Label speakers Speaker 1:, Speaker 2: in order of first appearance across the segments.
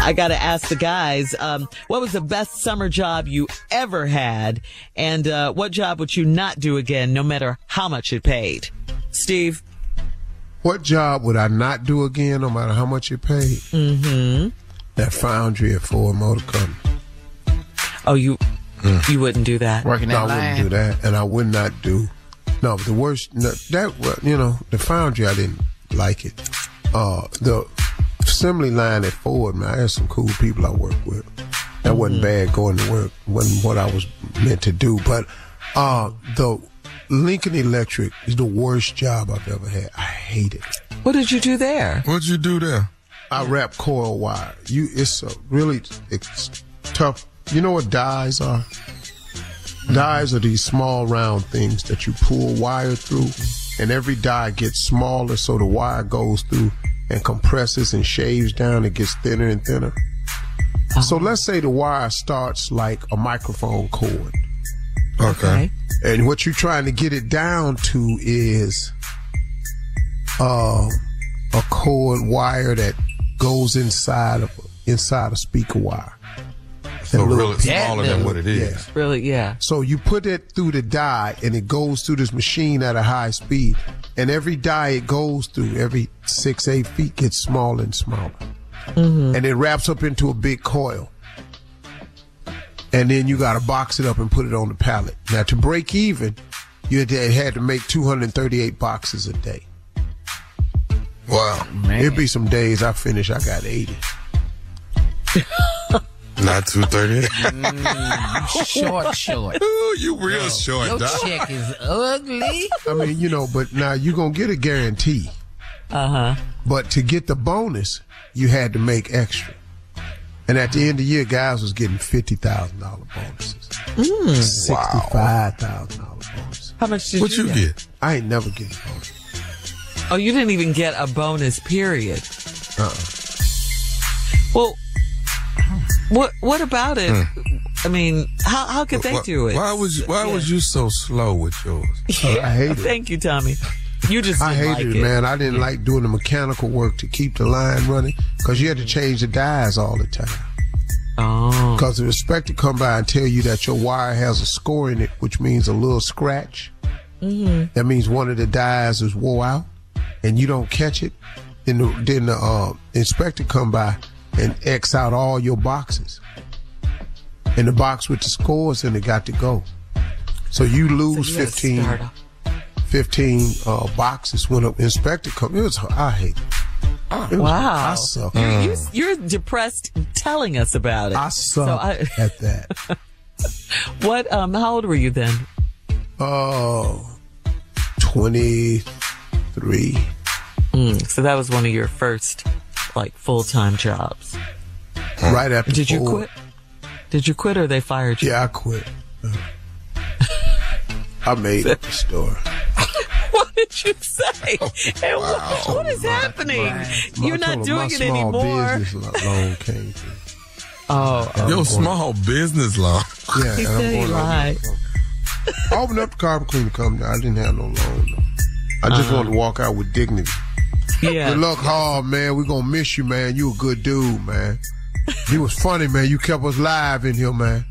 Speaker 1: I got to ask the guys, um, what was the best summer job you ever had? And uh, what job would you not do again, no matter how much it paid? Steve,
Speaker 2: What job would I not do again, no matter how much it paid? Mm-hmm. That foundry at Ford Motor Company. Mm.
Speaker 1: oh, you you wouldn't do that.
Speaker 3: Working
Speaker 2: No,
Speaker 3: that
Speaker 2: I wouldn't do that, and I would not do. No, the worst. No, that wa- you know, the foundry. I didn't like it. Uh, the assembly line at Ford. Man, I had some cool people I worked with. That wasn't
Speaker 1: Mm-hmm.
Speaker 2: bad going to work. wasn't what I was meant to do. But uh, the Lincoln Electric is the worst job I've ever had. I hate it.
Speaker 1: What did you do there?
Speaker 4: What'd you do there?
Speaker 2: I wrap coil wire. You, it's a really it's tough. You know what dies are? Dies are these small round things that you pull wire through, and every die gets smaller, so the wire goes through and compresses and shaves down. It gets thinner and thinner. So let's say the wire starts like a microphone cord.
Speaker 4: Okay.
Speaker 2: And what you're trying to get it down to is uh, a cord wire that goes inside of inside a speaker wire.
Speaker 4: So
Speaker 2: And a
Speaker 4: really
Speaker 2: little pin.
Speaker 4: smaller than what it is.
Speaker 2: Yeah.
Speaker 1: Really? Yeah.
Speaker 2: So you put it through the die and it goes through this machine at a high speed. And every die it goes through, every six, eight feet gets smaller and smaller.
Speaker 1: Mm-hmm.
Speaker 2: And it wraps up into a big coil. And then you got to box it up and put it on the pallet. Now to break even, you had to, had to make 238 boxes a day.
Speaker 4: Wow.
Speaker 2: It'd be some days I finish, I got 80.
Speaker 4: Not 238.
Speaker 3: Mm, Short, short.
Speaker 4: Ooh, you real short,
Speaker 3: Your
Speaker 4: Doc.
Speaker 3: chick is ugly.
Speaker 2: I mean, you know, but now you're going to get a guarantee.
Speaker 1: Uh huh.
Speaker 2: But to get the bonus, you had to make extra. And at the end of the year, guys was getting fifty thousand dollar bonuses, sixty-five thousand dollar bonuses.
Speaker 1: How much did
Speaker 4: What you get?
Speaker 2: I ain't never getting a bonus.
Speaker 1: Oh, you didn't even get a bonus period.
Speaker 4: Uh-uh.
Speaker 1: Well, what what about it? I mean, how how could they
Speaker 4: why,
Speaker 1: do it?
Speaker 4: Hmm. Why was you, why was you so slow with yours?
Speaker 2: I hate it.
Speaker 1: Thank you, Tommy. You just
Speaker 2: I
Speaker 1: didn't
Speaker 2: hated
Speaker 1: like
Speaker 2: it, man. I didn't like doing the mechanical work to keep the line running because you had to change the dies all the time.
Speaker 1: Oh.
Speaker 2: Because the inspector come by and tell you that your wire has a score in it, which means a little scratch.
Speaker 1: Mm-hmm.
Speaker 2: That means one of the dies is wore out, and you don't catch it. Then the, then the uh, inspector come by and x out all your boxes, and the box with the scores in it got to go. So you lose
Speaker 1: You gotta
Speaker 2: fifteen
Speaker 1: start off.
Speaker 2: 15 uh, boxes when an inspector come. It was I hate it. It was-
Speaker 1: wow. Mm.
Speaker 2: I suck.
Speaker 1: You're, you're, you're depressed telling us about it.
Speaker 2: I suck at that.
Speaker 1: What, um, how old were you then?
Speaker 2: Oh, 23.
Speaker 1: Mm, so that was one of your first, like, full time jobs.
Speaker 2: Right after
Speaker 1: Did you
Speaker 2: Ford.
Speaker 1: quit? Did you quit or they fired you?
Speaker 2: Yeah, I quit. I made up the story.
Speaker 1: what did you say?
Speaker 2: Oh,
Speaker 1: Hey, what- what is happening? You're
Speaker 2: I
Speaker 1: not
Speaker 2: told her my
Speaker 1: doing it
Speaker 2: small
Speaker 1: anymore.
Speaker 2: Business lo- loan came through.
Speaker 1: Oh,
Speaker 2: I'm
Speaker 4: Yo,
Speaker 2: going-
Speaker 4: small business law.
Speaker 2: Yeah, and I'm going out. I opened up the carpet cleaning company. I didn't have no loan. though. I just
Speaker 4: Uh-huh.
Speaker 2: wanted to walk out with dignity.
Speaker 1: Yeah.
Speaker 2: Good luck, Hall, man. we going to miss you, man. You a good dude, man. You was funny, man. You kept us live in here, man.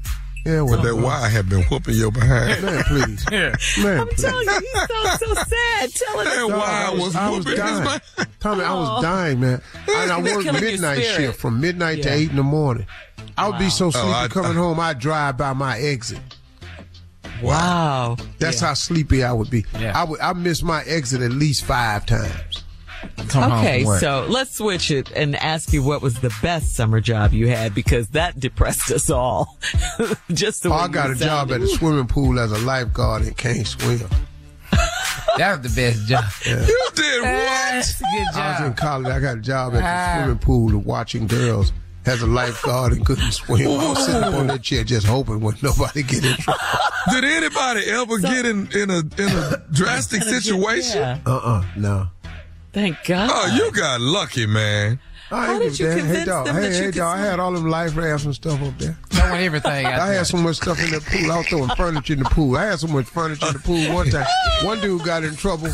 Speaker 2: Yeah, well, uh-huh.
Speaker 4: But that why had been whooping your behind.
Speaker 2: Man, please.
Speaker 4: Yeah.
Speaker 2: Man,
Speaker 1: I'm
Speaker 2: please.
Speaker 1: telling you, he sounds so sad. Telling us
Speaker 4: Hey,
Speaker 2: Dog,
Speaker 4: why I was whooping his
Speaker 2: dying. Tommy, I
Speaker 1: Aw.
Speaker 2: was dying, man. And I
Speaker 1: They're
Speaker 2: worked
Speaker 1: Oh. killing your
Speaker 2: midnight
Speaker 1: spirit.
Speaker 2: shift from midnight to
Speaker 1: Yeah.
Speaker 2: eight in the morning. I would be so sleepy
Speaker 4: Oh, I-
Speaker 2: coming home. I would drive by my exit.
Speaker 1: Wow.
Speaker 2: That's how sleepy I would be.
Speaker 1: Yeah.
Speaker 2: I would. I missed my exit at least five times.
Speaker 1: Okay, so let's switch it and ask you what was the best summer job you had because that depressed us all. Just the
Speaker 2: Oh,
Speaker 1: way
Speaker 2: I
Speaker 1: you
Speaker 2: got a job at
Speaker 1: sounded.
Speaker 2: a swimming pool as a lifeguard and can't swim.
Speaker 3: That was the best job.
Speaker 4: You did what?
Speaker 3: That's a good
Speaker 2: I was in
Speaker 3: job.
Speaker 2: college. I got a job at the
Speaker 3: Ah.
Speaker 2: swimming pool and watching girls as a lifeguard and couldn't swim. I was sitting up on that chair just hoping when nobody get in trouble.
Speaker 4: Did anybody ever get in in a in a drastic situation?
Speaker 1: Yeah.
Speaker 2: Uh uh no.
Speaker 1: Thank God.
Speaker 4: Oh, you got lucky, man.
Speaker 2: I
Speaker 1: How
Speaker 2: ain't
Speaker 1: did
Speaker 2: give
Speaker 1: you
Speaker 2: a damn. Hey,
Speaker 1: convince
Speaker 2: dog.
Speaker 1: them
Speaker 2: Hey,
Speaker 1: that you
Speaker 2: hey,
Speaker 1: could
Speaker 2: dog. I
Speaker 1: swim?
Speaker 2: had all them life rafts and stuff up there.
Speaker 3: That was everything. I,
Speaker 2: I had so much stuff in that pool. I was throwing furniture in the pool. I had so much furniture in the pool one time. One dude got in trouble,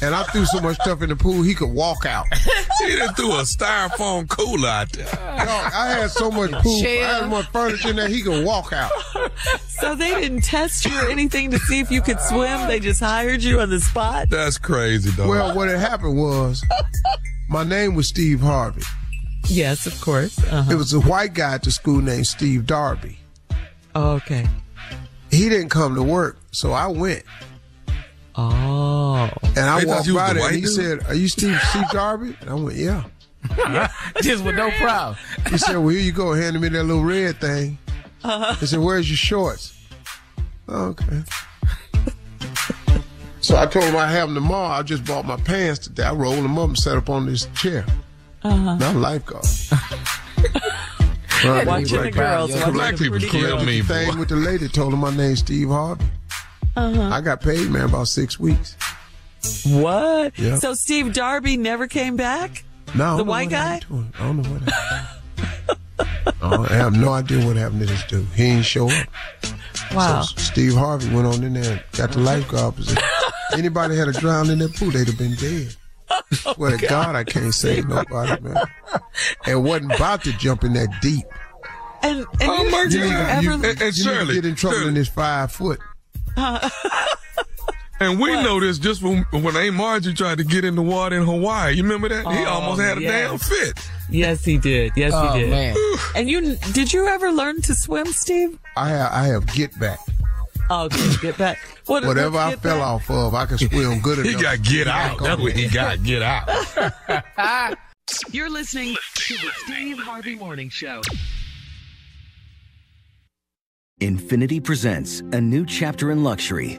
Speaker 2: and I threw so much stuff in the pool he could walk out.
Speaker 4: He done threw a styrofoam cooler out there.
Speaker 2: Dog, I had so much pool. I had so
Speaker 3: Shell.
Speaker 2: much furniture in there he could walk out.
Speaker 1: So they didn't test you or anything to see if you could swim. They just hired you on the spot.
Speaker 4: That's crazy, dog.
Speaker 2: Well, what had happened was my name was Steve Harvey.
Speaker 1: Yes, of course. Uh-huh.
Speaker 2: It was a white guy at the school named Steve Darby.
Speaker 1: Oh, okay.
Speaker 2: He didn't come to work, so I went.
Speaker 1: Oh.
Speaker 2: And I
Speaker 4: They thought
Speaker 2: walked
Speaker 4: you was the
Speaker 2: by there, and
Speaker 4: white
Speaker 2: he
Speaker 4: dude?
Speaker 2: said, "Are you Steve Steve Darby?" And I went, "Yeah."
Speaker 3: just with no problem.
Speaker 2: He said, Well, here you go, handed me that little red thing. He said, Where's your shorts? "Oh, okay. So I told him I have them tomorrow. I just bought my pants today. I rolled them up and sat up on this chair. Uh-huh. Not lifeguard. Well,
Speaker 1: Watching
Speaker 2: he
Speaker 1: the girls,
Speaker 2: back.
Speaker 1: watching
Speaker 4: Black
Speaker 1: the
Speaker 4: people
Speaker 1: pretty
Speaker 4: kill
Speaker 1: girls.
Speaker 4: me, boy.
Speaker 2: Thing with the lady told him my name's Steve Harvey.
Speaker 1: Uh-huh.
Speaker 2: I got paid, man, about six weeks.
Speaker 1: What?
Speaker 2: Yeah.
Speaker 1: So Steve Darby never came back?
Speaker 2: No, I don't
Speaker 1: The
Speaker 2: know
Speaker 1: white
Speaker 2: what happened
Speaker 1: guy?
Speaker 2: to him. I don't know what happened. I don't- I have no idea what happened to this dude. He ain't show up.
Speaker 1: Wow.
Speaker 2: So Steve Harvey went on in there and got the lifeguard position. Anybody had a drowned in that pool, they'd have been dead. Swear
Speaker 1: Oh,
Speaker 2: to God, I can't save nobody, man. And wasn't about to jump in that deep.
Speaker 1: And, and
Speaker 4: Oh,
Speaker 1: you,
Speaker 4: my
Speaker 1: did you
Speaker 4: God.
Speaker 1: ever
Speaker 4: And- and
Speaker 2: you need to
Speaker 4: Shirley,
Speaker 2: get in trouble
Speaker 4: Shirley.
Speaker 2: in this five foot.
Speaker 4: And we know this just from when A. Margie tried to get in the water in Hawaii. You remember that? he
Speaker 1: Oh,
Speaker 4: almost had a
Speaker 1: yes.
Speaker 4: damn fit.
Speaker 1: Yes, he did. Yes,
Speaker 3: Oh
Speaker 1: he did.
Speaker 3: man,
Speaker 1: And you did you ever learn to swim, Steve?
Speaker 2: I have, I have get back.
Speaker 1: Okay, get back. What,
Speaker 2: Whatever
Speaker 1: what-
Speaker 2: I
Speaker 1: get
Speaker 2: fell
Speaker 1: back?
Speaker 2: off of, I can swim good enough.
Speaker 4: He got get out.
Speaker 2: on
Speaker 4: That's what
Speaker 2: it.
Speaker 4: he got. Get out.
Speaker 1: You're listening to the Steve Harvey Morning Show.
Speaker 5: Infinity presents a new chapter in luxury,